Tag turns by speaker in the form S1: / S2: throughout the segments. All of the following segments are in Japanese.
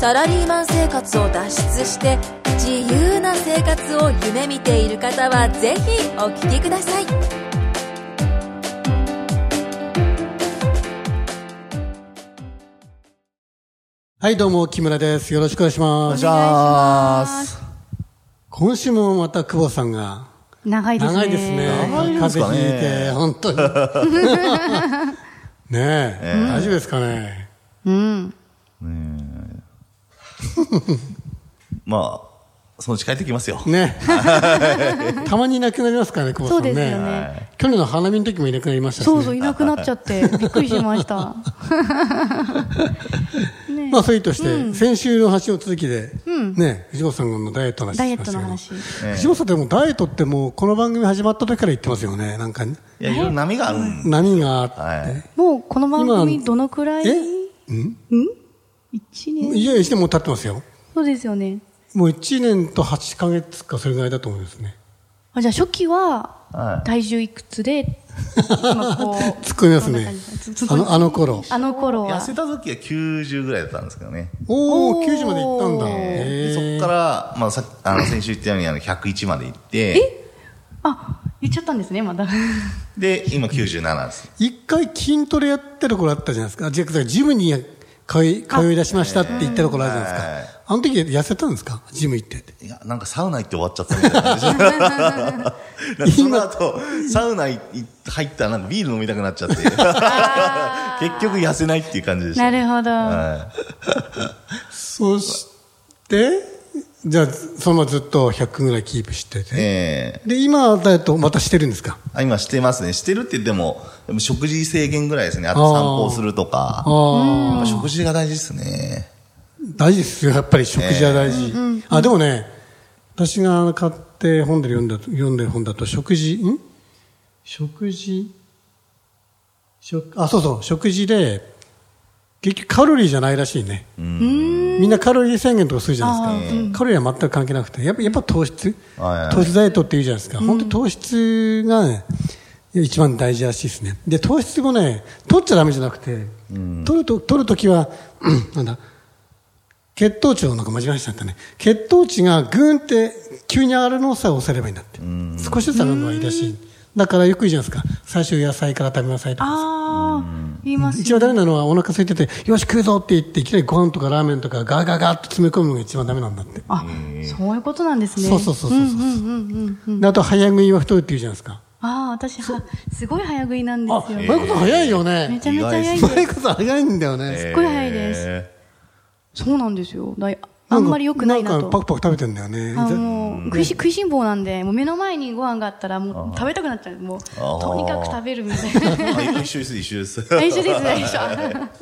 S1: サラリーマン生活を脱出して自由な生活を夢見ている方はぜひお聞きください
S2: はい、どうも、木村です。よろしくお願いしま
S3: お願い
S2: す
S3: し。ます。
S2: 今週もまた久保さんが、
S4: 長いですね。
S2: 長いですね。
S3: 長いですか
S2: 風邪
S3: ね
S2: ひいて、本当に。 ねえ、大丈夫ですかね。
S4: うん。
S3: まあ、そのうち帰ってきますよ。
S2: ねたまにいなくなりますからね、久保
S4: そ
S2: さ
S4: うんで
S2: ね。
S4: すよね。
S2: 去年の花見の時もいなくなりましたし、ね。
S4: そうそう、いなくなっち ゃって、びっくりしました。ね
S2: まあ、それとして、先週の話の続きで、ね、藤本さんのダイエットの話
S4: ダイエ
S2: し
S4: ッ
S2: ました
S4: トの
S2: けど
S4: 話。
S2: 藤本さんでもダイエットってもう、この番組始まった時から言ってますよね。なんか、
S3: いや、いろいろ波があるん
S2: 波があって。
S3: はい。
S4: もうこの番組
S2: 今
S4: どのくらい
S2: え
S4: 一年
S2: いや、してもう経ってますよ。
S4: そうですよね。
S2: もう1年と8ヶ月かそれぐらいだと思いますね。
S4: あじゃあ初期
S3: は
S4: はい体重いく つで、今こう。
S2: 突っ込みます
S4: こんな
S2: ね
S4: 感じつつ。
S2: あの、あの頃。
S4: あの頃
S3: 痩
S4: は。
S3: せた時は90ぐらいだったんですけどね。
S2: お
S4: お
S2: ー、
S4: ー
S2: 90まで行ったんだ。
S3: で
S2: へ
S3: そ
S2: ー
S3: こから、まあ、さあの、先週言ったように、あの、101まで行って、
S4: あ、言っちゃったんですね、まだ。
S3: で、今97です。
S2: 一回筋トレやってる頃あったじゃないですか。じゃあ、ジムに通い、通い出しましたって言った頃あるじゃないです
S3: はい
S2: か。あの時痩せたんですかジム行ってて。
S3: いや、なんかサウナ行って終わっちゃったみたいな感じ。なんかその後、サウナい入ったらなんかビール飲みたくなっちゃって。 結局痩せないっていう感じでした。
S4: なるほど。
S3: はい。
S2: そして、じゃあ、そのままずっと100ぐらいキープしてて。
S3: ええ
S2: で、今だとまたしてるんですか
S3: あ今してますね。してるって言っても、でも食事制限ぐらいですね。あと散歩をするとか。
S2: ああ、
S3: やっぱ食事が大事ですね。
S2: 大事ですよ。やっぱり食事は大事。あ、でもね、私が買って本で読んだ、読んでる本だと食事、ん食事、食、あ、そうそう、食事で、結局カロリーじゃないらしいね。みんなカロリー制限とかするじゃないですか。カロリーは全く関係なくて。やっぱやっぱ糖質
S3: はいはい
S2: 糖質ダイエットって言うじゃないですか。本当に糖質がね、一番大事らしいですね。で、糖質もね、取っちゃダメじゃなくて、取ると、取るときは、 うんなんだ、血糖値をなんか間違えちゃったね。血糖値がぐーんって急に上がるのをさえ抑えればいいんだって。少しずつ上がるのはいいらしい。だからよく言うじゃないですか。最初野菜から食べなさいとか。
S4: ああ、言います
S2: 一番ダメなのはお腹空いてて、よし食うぞって言って、いきなりご飯とかラーメンとかガーガーガーっと詰め込むのが一番ダメなんだって。
S4: あ、そういうことなんですね。
S2: そうそうそうそうそう
S4: うんうんうんうんうん。
S2: であと早食いは太るって言うじゃないですか。
S4: ああ、私は、すごい早食いなんで
S2: あ、
S4: す
S2: う
S4: よ。
S2: まいこと早いよ
S4: め
S2: ね。
S4: ちゃめちゃ早いん
S2: う
S4: で
S2: まい
S4: す。
S2: こと早いんだよね。
S4: っごい早いです
S3: え
S4: そうなんですよ。だいあんまり良くないな
S2: なんかパ
S4: と。
S2: クパク食べてんだよね。
S4: あもう食いし食いしん坊なんで、もう目の前にご飯があったら、もう食べたくなっちゃう。もう、
S3: あー
S4: とにかく食べるみたい な。
S3: ーあ一緒です、一緒です。
S4: 一緒です、一緒。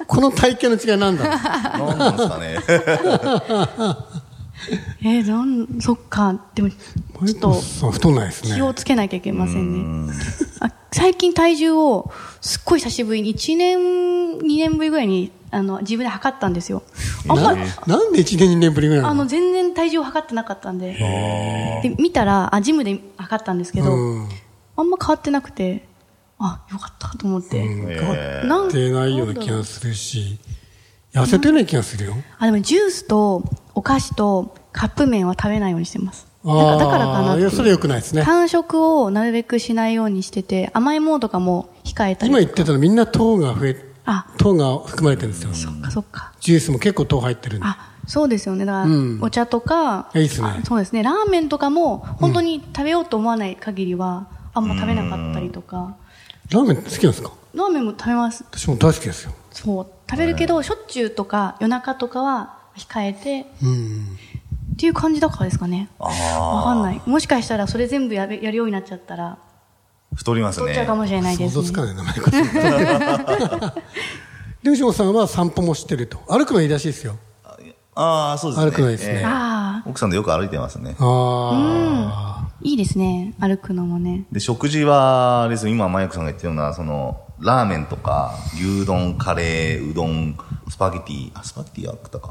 S2: この体型の違いなんだ
S3: 何なん ですかね。
S4: えー、なん、そっか。でも、 ちょっと、
S2: そう、太んないですね。
S4: 気をつけなきゃいけませんね。あ最近体重を、すっごい久しぶりに、1年、2年ぶりぐらいに、あの、自分で測ったんですよ。あんまり、
S2: なんで1年2年ぶりぐらいな
S4: あ
S2: の
S4: の、全然体重を測ってなかったんで。で、見たら、あ、ジムで測ったんですけど、
S2: うん
S4: あんま変わってなくて、あ、よかったと思って。
S3: え
S4: なん
S2: 出ないような気がするし、痩せてない気がするよ。
S4: あ、でもジュースとお菓子とカップ麺は食べないようにしてます。だから
S2: あー
S4: だからかなっ
S2: い
S4: てい
S2: や、
S4: う
S2: それ良くないですね。
S4: 間食をなるべくしないようにしてて、甘いものとかも控えたり。
S2: 今言ってたのみんな糖が増え、
S4: あ、
S2: 糖が含まれてるんですよ。
S4: そっかそっか。
S2: ジュースも結構糖入ってるんで。
S4: あ、そうですよね。だから、
S2: うん
S4: お茶とか、
S2: いやいいっすね
S4: あそうですね。ラーメンとかも、本当に食べようと思わない限りは、あんま食べなかったりとか、
S2: ラーメン好きなんですか
S4: ラーメンも食べます。
S2: 私も大好きですよ。
S4: そう食べるけど、しょっちゅうとか夜中とかは控えて
S2: うん。
S4: っていう感じだからですかねわかんないもしかしたらそれ全部やべやるようになっちゃったら
S3: 太ります
S4: 太っちゃう
S3: ね
S4: か。もしれないで
S2: 想
S4: す、
S2: 像
S4: ね
S2: つかない名前から。 で、牛本さんは散歩もしてると。歩くのいいらしいですよ。
S3: ああ、そうですね。
S2: 歩くのいいですね
S3: ええ
S4: ああ
S3: 奥さんとよく歩いてますね。
S2: ああ。
S4: いいですね歩くのもね
S3: で、食事は、あれですよ今、マヤクさんが言ったような、その、ラーメンとか、牛丼、カレー、うどん、スパゲティ、あ、スパゲティは食ったか。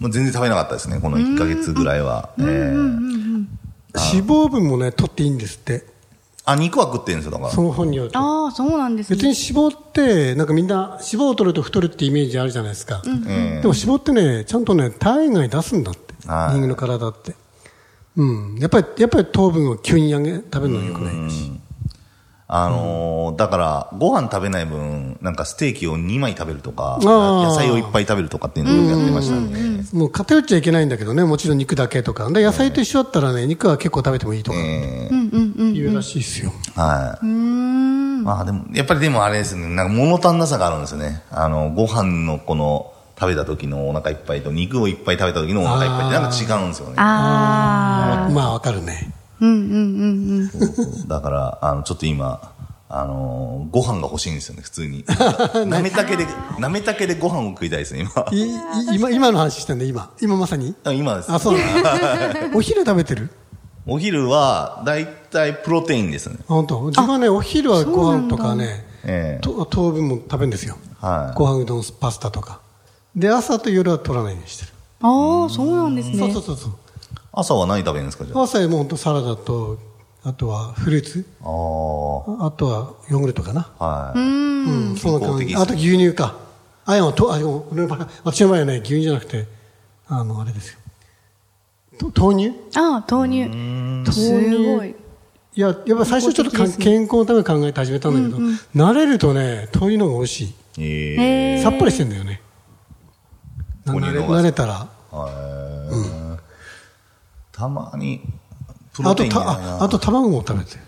S3: もう全然食べなかったですね、この1ヶ月ぐらいは。えー
S2: 脂肪分もね、取っていいんですって。
S3: あ、肉は食ってるんですよ、だから
S2: そ。の本によると。
S4: ああそうなんです
S2: 別
S4: ね
S2: に脂肪って、なんかみんな脂肪を取ると太るってイメージあるじゃないですか。
S3: え
S2: でも脂肪ってね、ちゃんとね、体外に出すんだって。人
S3: はい
S2: 間の体って。うん。やっぱり、やっぱり糖分を急に上げ、食べるのは良くないし。
S3: あのーだから、ご飯食べない分、なんかステーキを2枚食べるとか、
S2: あー
S3: 野菜をいっぱい食べるとかっていうのをよくやってましたね。
S2: もう偏っちゃいけないんだけどね、もちろん肉だけとか。で、野菜と一緒だったらね、肉は結構食べてもいいとか、
S3: え
S4: うんうんうん
S2: いうらしいですよ。
S3: ーはい。
S4: うーん
S3: まあでも、やっぱりでもあれですね、なんか物足んなさがあるんですよね。あの、ご飯のこの、食べた時のお腹いっぱいと、肉をいっぱい食べた時のお腹いっぱいってなんか違うんですよね。
S4: ああ
S2: まあ、わかるね。
S4: うんうんうんうん
S3: そうそうだから、あの、ちょっと今、あのーご飯が欲しいんですよね、普 通に。なめたけで、なめたけでご飯を食いたいですね、今。
S2: いい今、今の話してんだ、今。今まさに。
S3: あ今です。
S2: あ、そうなんだ。 お昼食べてる
S3: お昼は、だいたいプロテインですね。
S2: あ本当。自分はね、お昼はご飯とかね、
S3: ええ
S2: と糖分も食べるんですよ。
S3: はい。
S2: ご飯うどんパスタとか。で、朝と夜は取らないようにしてる。
S4: ああそうなんですね
S2: そうそうそうそう。
S3: 朝は何食べるんですか、じゃあ。あ
S2: 朝はもう本当サラダと、あとはフルーツ、
S3: あー。
S2: ああとはヨーグルトかな。
S3: はい。
S2: うん、そんな感
S3: 健康的で
S2: じ。
S3: すね
S2: あと牛乳か。あ、いや、と、あ、でも俺の場合私の場合はね、牛乳じゃなくて、あの、あれですよ。と豆乳
S4: ああ豆乳すごい
S2: いや、やっぱ最初ちょっとか
S4: 健康的ですね
S2: 健康のために考えて始めたんだけど、慣れるとね、豆乳の方が美味し
S3: ええ
S4: へ
S2: い。
S4: え
S2: さっぱりしてんだよね。な
S3: 豆
S2: 慣
S3: 乳
S2: れ
S3: の方が
S2: 慣れたら。
S3: はいたまに、プロ
S2: あ
S3: テ
S2: と
S3: インじゃないな
S2: た、あと卵も食べてる。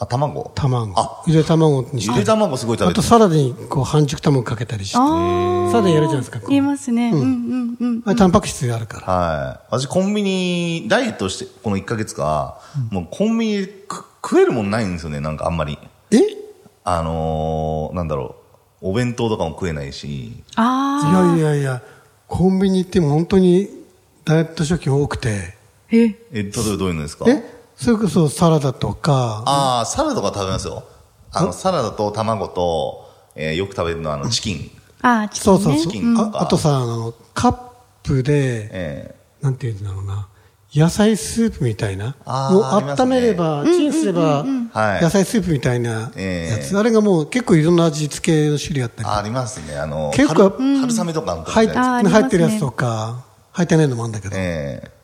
S3: あ、卵。
S2: 卵
S3: あ。
S2: ゆで卵にし
S3: ゆで
S2: て。
S3: 卵すごい食
S2: あ
S3: べて
S2: と
S3: る。
S2: サラダにこう半熟卵かけたりして。あ
S4: ああ
S2: サラダやるじゃないですかこう
S4: 言えますねうんうんうん
S2: れタンパク質があるから。
S3: はい。私、コンビニ、ダイエットして、この1ヶ月か、もうコンビニでく食えるもんないんですよね、なんかあんまり。
S2: えい
S3: あのー、なんだろう。お弁当とかも食えないし。
S4: あ
S2: や
S4: あ
S2: いやいや、コンビニ行っても本当にダイエット食品多くて。
S4: え
S3: え、例えばどういうのですか
S2: えそれこそサラダとか、
S3: ああ、サラダとか食べますよ。あの、サラダと卵と、えーよく食べるのはあの、チキン。
S4: ああチキン
S2: そう
S4: ね
S2: そうそう
S3: チキン。と
S2: あ
S3: か
S2: あとさ、あの、カップで、
S3: え
S2: なんていうんだろうな。野菜スープみたいな。
S3: あー
S2: もう
S3: あります
S2: 温
S3: ね
S2: めれば、チンすれば、
S3: はい
S2: 野菜スープみたいなや
S3: え
S2: つ。
S3: え
S2: あれがもう結構いろんな味付けの種類あった
S3: え
S2: り。
S3: あありますね。あの、
S2: 結構
S3: 春春雨とかの時
S2: 入っ
S3: じゃない
S4: あーありますね
S2: 入ってるやつとか、入ってないのもあるんだけど、
S3: ですか。え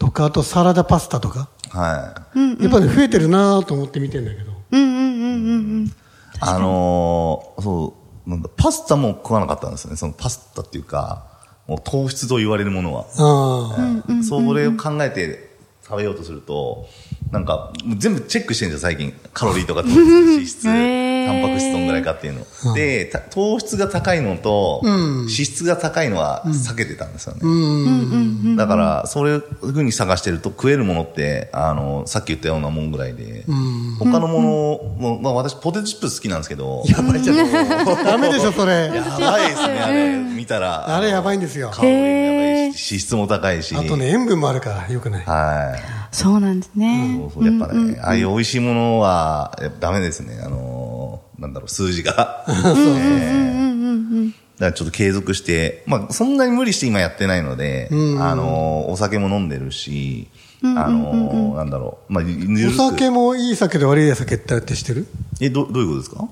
S2: とか、あとサラダパスタとか、
S3: えはい。
S2: やっぱり増えてるなと思って見てんだけど、
S4: うんうんうんうんうん
S3: あのーそう、なんだ、パスタも食わなかったんですよね。そのパスタっていうか、もう糖質と言われるものは。
S2: あー
S3: それを考えて食べようとすると、なんか、もう全部チェックしてんじゃん、最近。カロリーとか糖質、脂質、
S4: へー
S3: タンパク質どんぐらいかっていうの。で、た糖質が高いのと、脂質が高いのは避けてたんですよね。だから、そういうふうに探してると、食えるものって、あの、さっき言ったようなもんぐらいで、他のものも、まあ私、ポテトチップス好きなんですけど、やばいじゃん。
S2: ダメでしょ、それ。
S3: やばいですね、あれ、見たら。
S2: あれやば
S3: い。
S2: いんですよ。
S3: カロリーもやばいし、脂質も高いし。
S2: あとね、塩分もあるから、よくない。
S3: はい。
S4: そうなんですね
S3: そうそうやっぱね、ああいう美味しいものは、やっぱダメですね。あのーなんだろう、数字が。えーだからちょっと継続して、まあ、そんなに無理して今やってないので、あのーお酒も飲んでるし、あのーなんだろう、まあ、ゆ
S2: お
S3: るく
S2: 酒もいい酒で悪い酒ってあってしてる
S3: え、ど、どういうことですか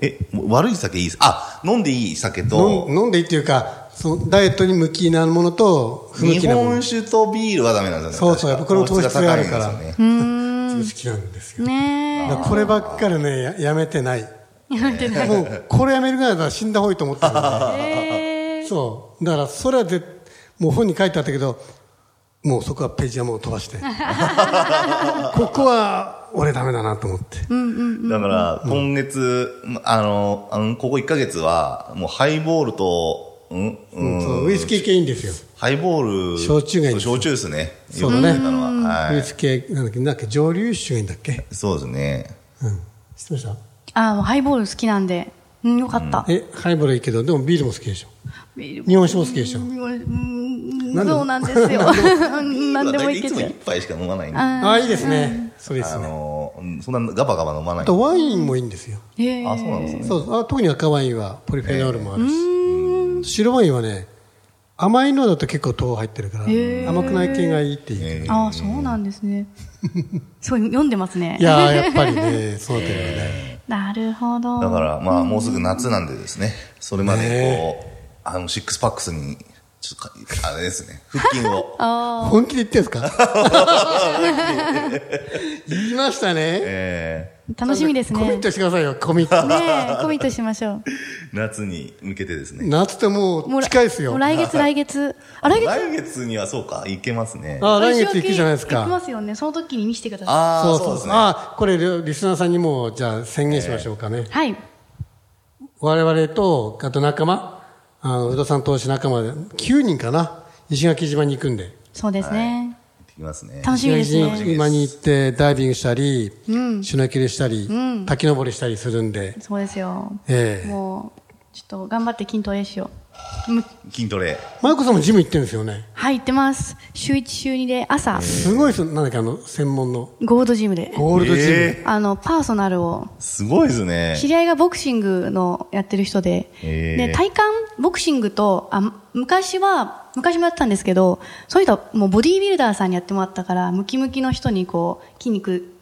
S2: え
S3: え、もう悪い酒いいあ、飲んでいい酒
S2: 飲
S3: と
S2: ん、飲んでいいっていうか、そのダイエットに向きなものと、不向
S3: 日
S2: きなもの。
S3: 本酒とビールはダメなんですよ
S2: そ
S3: ね。
S2: うそうやっぱこれも糖質があるから
S3: 糖質が高いんですよね
S2: 好きなんですよ。
S4: ね
S2: だからこればっかりね、ややめて ない。もう、これやめるぐらいだったら死んだ方がいいと思ったんだ
S4: えへ え
S2: そう。だから、それは絶もう本に書いてあったけど、もうそこはページはもう飛ば して。ここは、俺ダメだなと思って。
S3: だから、今月、まあの、あのここ1ヶ月は、もうハイボールと、うん、うん、
S2: そうウイスキー系いいんですよ。
S3: ハイボール、
S2: 焼酎がいい
S3: そ
S2: ん
S3: う
S2: ですよ
S3: 焼酎ですね。
S2: そうだね
S3: よく飲んでたのは。
S2: ウ
S3: は
S2: イスキー系、なんだっけ、なんだっけ蒸留酒がいいんだっけ
S3: い。そうですね。
S2: うん。知ってました
S4: あもうハイボール好きなんでうんよかった
S2: え、ハイボールいいけど、でもビールも好きでしょ。
S4: ビールも
S2: 日本酒も好きでしょ。
S4: うん
S2: なんで
S4: そうなんですようん何でもい
S3: い
S4: け
S3: つも
S4: ちゃう
S3: 一杯しか飲まないんで。
S4: あ
S2: ああ、いいですね。そうです
S3: あ
S2: ね
S3: のうんそんなガバガバ飲まな
S2: あ
S3: い。
S2: とワインもいいんですよ。
S4: へー
S3: あ、そうなんですね。
S2: そうあ特に赤ワインはポリフェノールもあるし、白ワインはね甘いのだと結構糖入ってるから
S4: へー
S2: 甘くない系がいいっていう、
S3: えー
S4: あーそうなんで すね。すごい読んでますね。
S2: いやーやっぱりねそうだよね
S4: なるほど。
S3: だから、まあ、もうすぐ夏なんでですね、それまで、こう、あの、シックスパックスに、ちょっとか、あれで すね、腹筋を。
S2: 本気で言ってんですか言いましたね
S3: え
S4: 楽しみですね。
S2: コミッ
S4: ね
S2: トしてくださいよコミット
S4: えコミットしましょう。
S3: ー夏に向けてですね。
S2: 夏っても
S4: も
S2: う
S4: う
S2: 近いですよ
S4: もう来月来月。あ、来月
S3: 来月にはそうか、いけますね。
S2: あ来月行くじゃないです
S4: 行きま
S2: か
S4: すよね。その時に見せてくださ
S3: あ
S2: そ
S3: あ、
S2: う
S3: そう
S2: そう
S3: ですね。
S2: あこれリリスナーさんにもじゃあ宣言しましょうかね、
S4: い。はい。
S2: 我々と、あと仲間、あの、不動産投資仲間で、9人かな、石垣島に行くんで。
S4: そうですね。
S3: 行ってきますね。
S4: 楽しみです
S2: 石垣
S4: ね。
S2: 島に行って、ダイビングしたり、シュノーケルしたり、滝登りしたりするんで、
S4: そうですよ。
S2: ええ
S4: もう、ちょっと頑張って筋トレしよう。む
S3: 筋トレ。
S2: マイコさんもジム行ってるんですよね。
S4: はい、行ってます。週1、週2で朝、
S2: すごいです、なんだっけ、あの、専門の、
S4: ゴールドジムで。
S2: ゴールドジム。
S3: え
S4: あの、パーソナルを
S3: ーすごいですね。
S4: 知り合いがボクシングのやってる人で、
S3: へー
S4: で体幹ボクシングとあ昔は昔もやってたんですけどそういう人はもうボディービルダーさんにやってもらったからムキムキの人にこう筋肉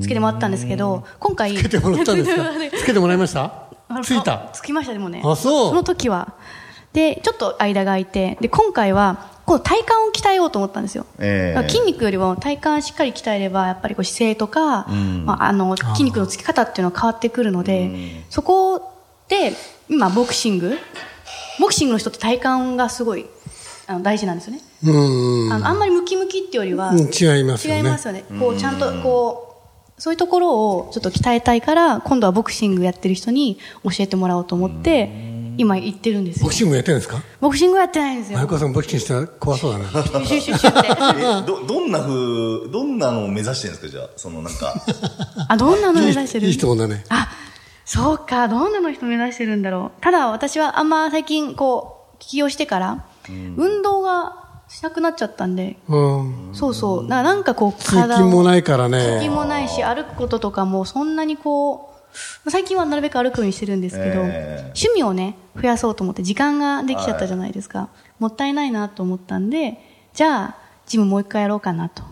S4: つけてもらったんですけど今回
S2: つけてもらったんです かつけてもらいました
S4: あの
S2: つい
S4: あ
S2: た。
S4: つきましたでもね
S2: あそう
S4: の時はでちょっと間が空いてで今回はこの体幹を鍛えようと思ったんですよ、
S3: ええ
S4: だから筋肉よりも体幹しっかり鍛えればやっぱりこう姿勢とか、まあ、あの筋肉のつき方っていうのは変わってくるので、そこで今ボクシングボクシングの人って体幹がすごいあの大事なんですよね、
S2: うん、
S4: あのあんまりムキムキっていうよりは、
S2: うん違いますよね
S4: 違いますよねこうちゃんとこうそういうところをちょっと鍛えたいから今度はボクシングやってる人に教えてもらおうと思って今行ってるんです
S2: ボ
S4: よ
S2: クシングもやってるんですか
S4: ボクシングはやってないんですよ
S2: マイコさんボクシングしたら怖そうだ な。
S4: シュシュシュシュ って
S3: えど、どんな風、どんなのを目指してるんですか、じゃあ。そのなんか、
S4: あどんなの目指してる
S2: いい質問だね。
S4: あそうかどんなの人目指してるんだろうただ私はあんま最近こう起業してから、運動がしなくなっちゃったんで
S2: うん。
S4: そうそうだからなんかこう
S2: 通勤もないからね。
S4: 腹筋もないし歩くこととかもそんなにこう最近はなるべく歩くようにしてるんですけど、
S3: ええ
S4: 趣味をね増やそうと思って時間ができちゃったじゃないですか、もったいないなと思ったんでじゃあジムもう一回やろうかなと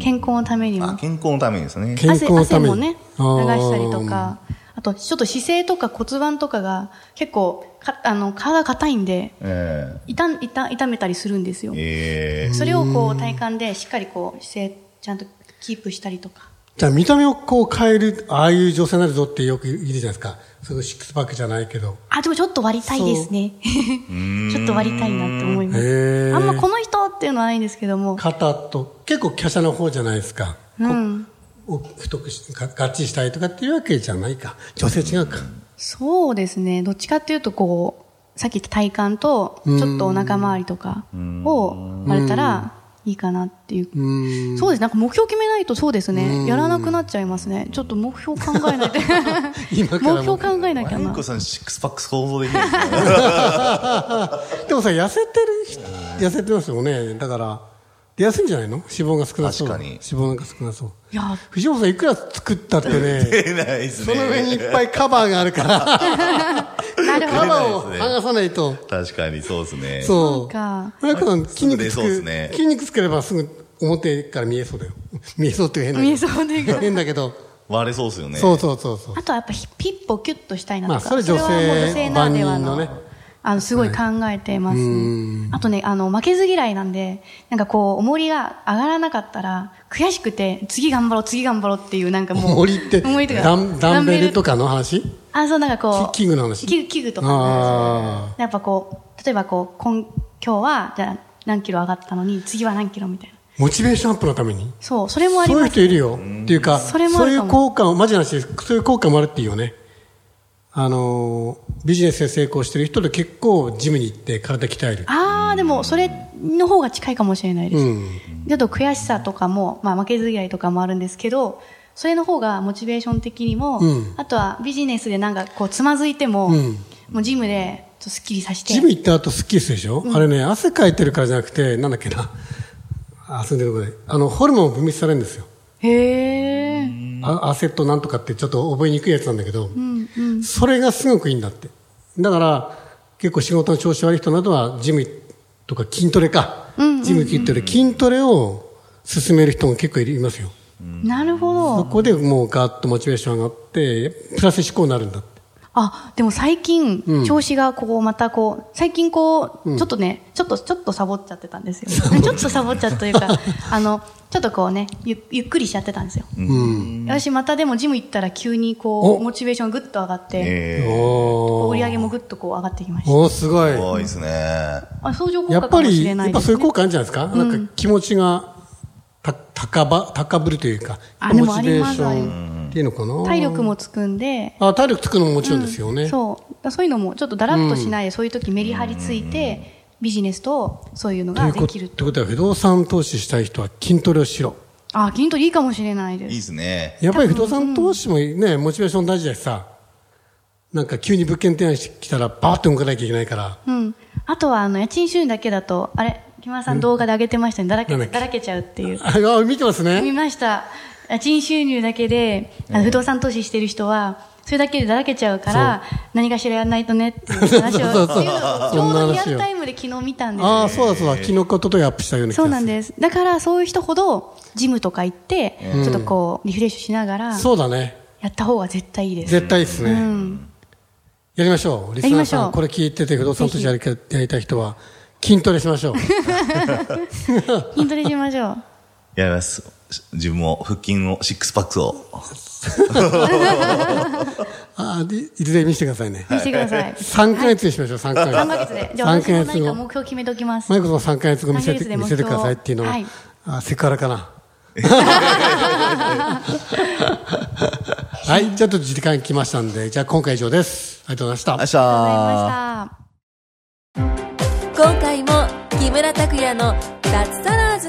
S4: 健康のために
S3: あ
S4: も
S3: 健康のためにですね。
S2: 健
S4: 汗
S2: 康のた
S4: 汗
S2: めに
S4: もね流したりとかあとちょっと姿勢とか骨盤とかが結構かあの体硬いんで
S3: え
S4: 痛ん痛痛めたりするんですよ
S3: ー、え
S4: それをこう体幹でしっかりこう姿勢ちゃんとキープしたりとか
S2: じゃあ見た目をこう変える、ああいう女性になるぞってよく言うじゃないですか。そのシックスパックじゃないけど。
S4: あ、でもちょっと割りたいですね。 ちょっと割りたいなって思いま
S2: へ
S4: す。
S2: ー
S4: あんまこの人っていうのはないんですけども。
S2: 肩と、結構華奢な方じゃないですか。
S4: うん。
S2: お太くし、ががっちりしたいとかっていうわけじゃないか。女性違うか。
S4: そうですね。どっちかっていうとこう、さっき言った体幹と、ちょっとお腹周りとかを割れたらいいかなっていう
S2: うーん。
S4: そうです。なんか目標決めないとそうですね。やらなくなっちゃいますね。ちょっと目標考えないと。
S2: 今から
S4: 目
S2: も
S4: 標考えなき
S3: ー。
S4: ゃ
S3: マイ
S4: な
S3: コ。さん、シックスパックス構造できないですね。
S2: でもさ、痩せてる人、痩せてますよね。だから、出やすいんじゃないの脂肪が少なそう。
S3: 確かに
S2: 脂肪なんか少なそう。
S4: いや、
S2: 藤本さんいくら作ったってね、
S3: 出ないですね。
S2: その上にいっぱいカバーがあるから、
S4: なるほ
S2: カ
S4: ど。
S2: バーを剥がさないと。
S3: 確かにそうですね。う。
S2: そ
S4: そう
S2: う。
S4: か
S2: 村井君筋肉
S3: 出
S2: つ
S3: そうで
S2: く、
S3: すね
S2: 筋肉つければすぐ表から 見えそうだよ。見えそうっていう変だけど。
S4: 見えそうね
S2: 変だけど。
S3: 割れそうですよね。
S2: そうそうそうそう。
S4: あとはやっぱヒピップをキュッとしたいなとか、
S2: まあそれ女性
S4: はもう女性ならではの
S2: 万人のね
S4: あのすごい考えてます、ね、あとねあの負けず嫌いなんでなんかこう重りが上がらなかったら悔しくて次頑張ろう次頑張ろうっていうなんかもう
S2: 重りって、
S4: 重りとか
S2: ダンダンベルとかの話
S4: あそうなんかこう
S2: 器具の話
S4: 器具器具とか
S2: あ
S4: やっぱこう例えばこう今今日はじゃあ何キロ上がったのに次は何キロみたいな
S2: モチベーションアップのために。
S4: そうそれもあり
S2: そういう
S4: ま
S2: 人
S4: す
S2: いるよ。っていうか、
S4: それもあ
S2: そうい
S4: るか
S2: う
S4: も
S2: 効果を、マジな話です、そういう効果もあるっていうよね。あのー、ビジネスで成功してる人で結構ジムに行って体鍛える。
S4: ああでもそれの方が近いかもしれないです、
S2: うん。
S4: であと悔しさとかも、まあ、負けず嫌いとかもあるんですけどそれの方がモチベーション的にも、
S2: うん
S4: あとはビジネスでなんかこうつまずいても、
S2: うん
S4: もうジムでちょっとスッキリさせて
S2: ジム行った後スッキリするでしょ、あれね、汗かいてるからじゃなくて、なんだっけな。あ、住んでるとこで。あの、ホルモン分泌されるんですよ。
S4: へ
S2: あアセットなんとかってちょっと覚えにくいやつなんだけど、それがすごくいいんだって。だから、結構仕事の調子悪い人などは、ジムとか筋トレか。ジム筋トレ、筋トレを進める人も結構いますよ。
S4: なるほ
S2: そ
S4: ど。
S2: こでもうガーッとモチベーション上がって、プラス思考になるんだって。
S4: あ、でも最近、調子がこう、またこう、最近こう、ちょっとね、ちょっと、ちょっとサボっちゃってたんですよ。ちょっとサボっちゃったという か、あの、ちょっとこうね、ゆゆっくりしちゃってたんですよ。私またでもジム行ったら急にこ
S2: お
S4: う、モチベーションぐっと上がって、
S3: え
S2: お
S4: 売り上
S2: ー
S4: げもぐっとこう上がってきました。
S2: おー、すごい。
S3: ー、怖いですね。
S4: あ、相乗効
S2: や
S4: 果
S2: っ
S4: か
S2: ぱ
S4: もし
S2: り、
S4: れな
S2: や
S4: い
S2: っ
S4: で
S2: ぱ
S4: す、
S2: そういう
S4: ね。
S2: 効果あるんじゃないですか、なんか気持ちがた高ば高ぶるというか、
S4: あでも
S2: モチベーシ
S4: あり
S2: ョンっていうのかな。
S4: 体力もつくんで、
S2: あ体力つくのももちろんですよね。
S4: そうだそういうのもちょっとだらっとしないで、そういう時メリハリついてビジネスとそういうの
S2: とい
S4: が
S2: うこ
S4: で
S2: と
S4: きる
S2: ってことは、不動産投資したい人は筋トレをしろ。
S4: あ筋トレいいかもしれない
S3: い
S4: で
S3: い
S4: す
S3: ですね。
S2: やっぱり不動産投資もね、モチベーション大事だしさ、なんか急に物件提案してきたら、バーッと動かなきゃいけないから、
S4: うん、あとはあの家賃収入だけだとあれ木村さん動画で上げてましたねだらけ
S2: なんだっけ
S4: だらけちゃうっていう
S2: ああ見てます
S4: 見
S2: ね。
S4: ました家賃収入だけであの不動産投資してる人はそれだけでだらけちゃうから何かしらやらないとねっていう話を
S2: そうそうそう
S4: っていうのをち
S2: そ
S4: ょ
S2: ん
S4: う
S2: な話
S4: ど
S2: を
S4: リアルタイムで昨日見たんですよ
S2: ああ、そうだそうだ、昨日かととアップしたような気がす
S4: そう
S2: る。
S4: なんです。だからそういう人ほど、ジムとか行って、ちょっとこう、リフレッシュしながら、
S2: そうだね。
S4: やった方が絶対いいです。
S2: 絶対ですね。
S4: うん。
S2: やりましょう。リス
S4: やり
S2: ナー
S4: ましょう
S2: さん、これ聞いてて不動産投資やりかやりたい人は、筋トレしまし ょう。
S4: 筋トレしましょう。
S3: やります。自分も腹筋を、シックスパックを。
S2: あでいずれ見せてくださいね。
S4: 見せてください。
S2: 3ヶ月にしましょう、3ヶ月。
S4: 3ヶ月で。じゃあ
S2: 3
S4: 私も
S2: ヶ月
S4: 何か目
S2: 後。
S4: 標決めておきます。
S2: マイコさんは3ヶ月後見せ
S4: 3ヶ月
S2: て
S4: で
S2: 見
S4: 目
S2: せて
S4: 標
S2: くださいっていうのは、
S4: はい
S2: あセクハラか な。はい、ちょっと時間来ましたんで、じゃあ今回以上です。ありがとうございました
S3: あ。し
S4: ありがとう
S3: ゃー。
S4: ございました。
S1: 今回も木村拓哉の脱サラーズ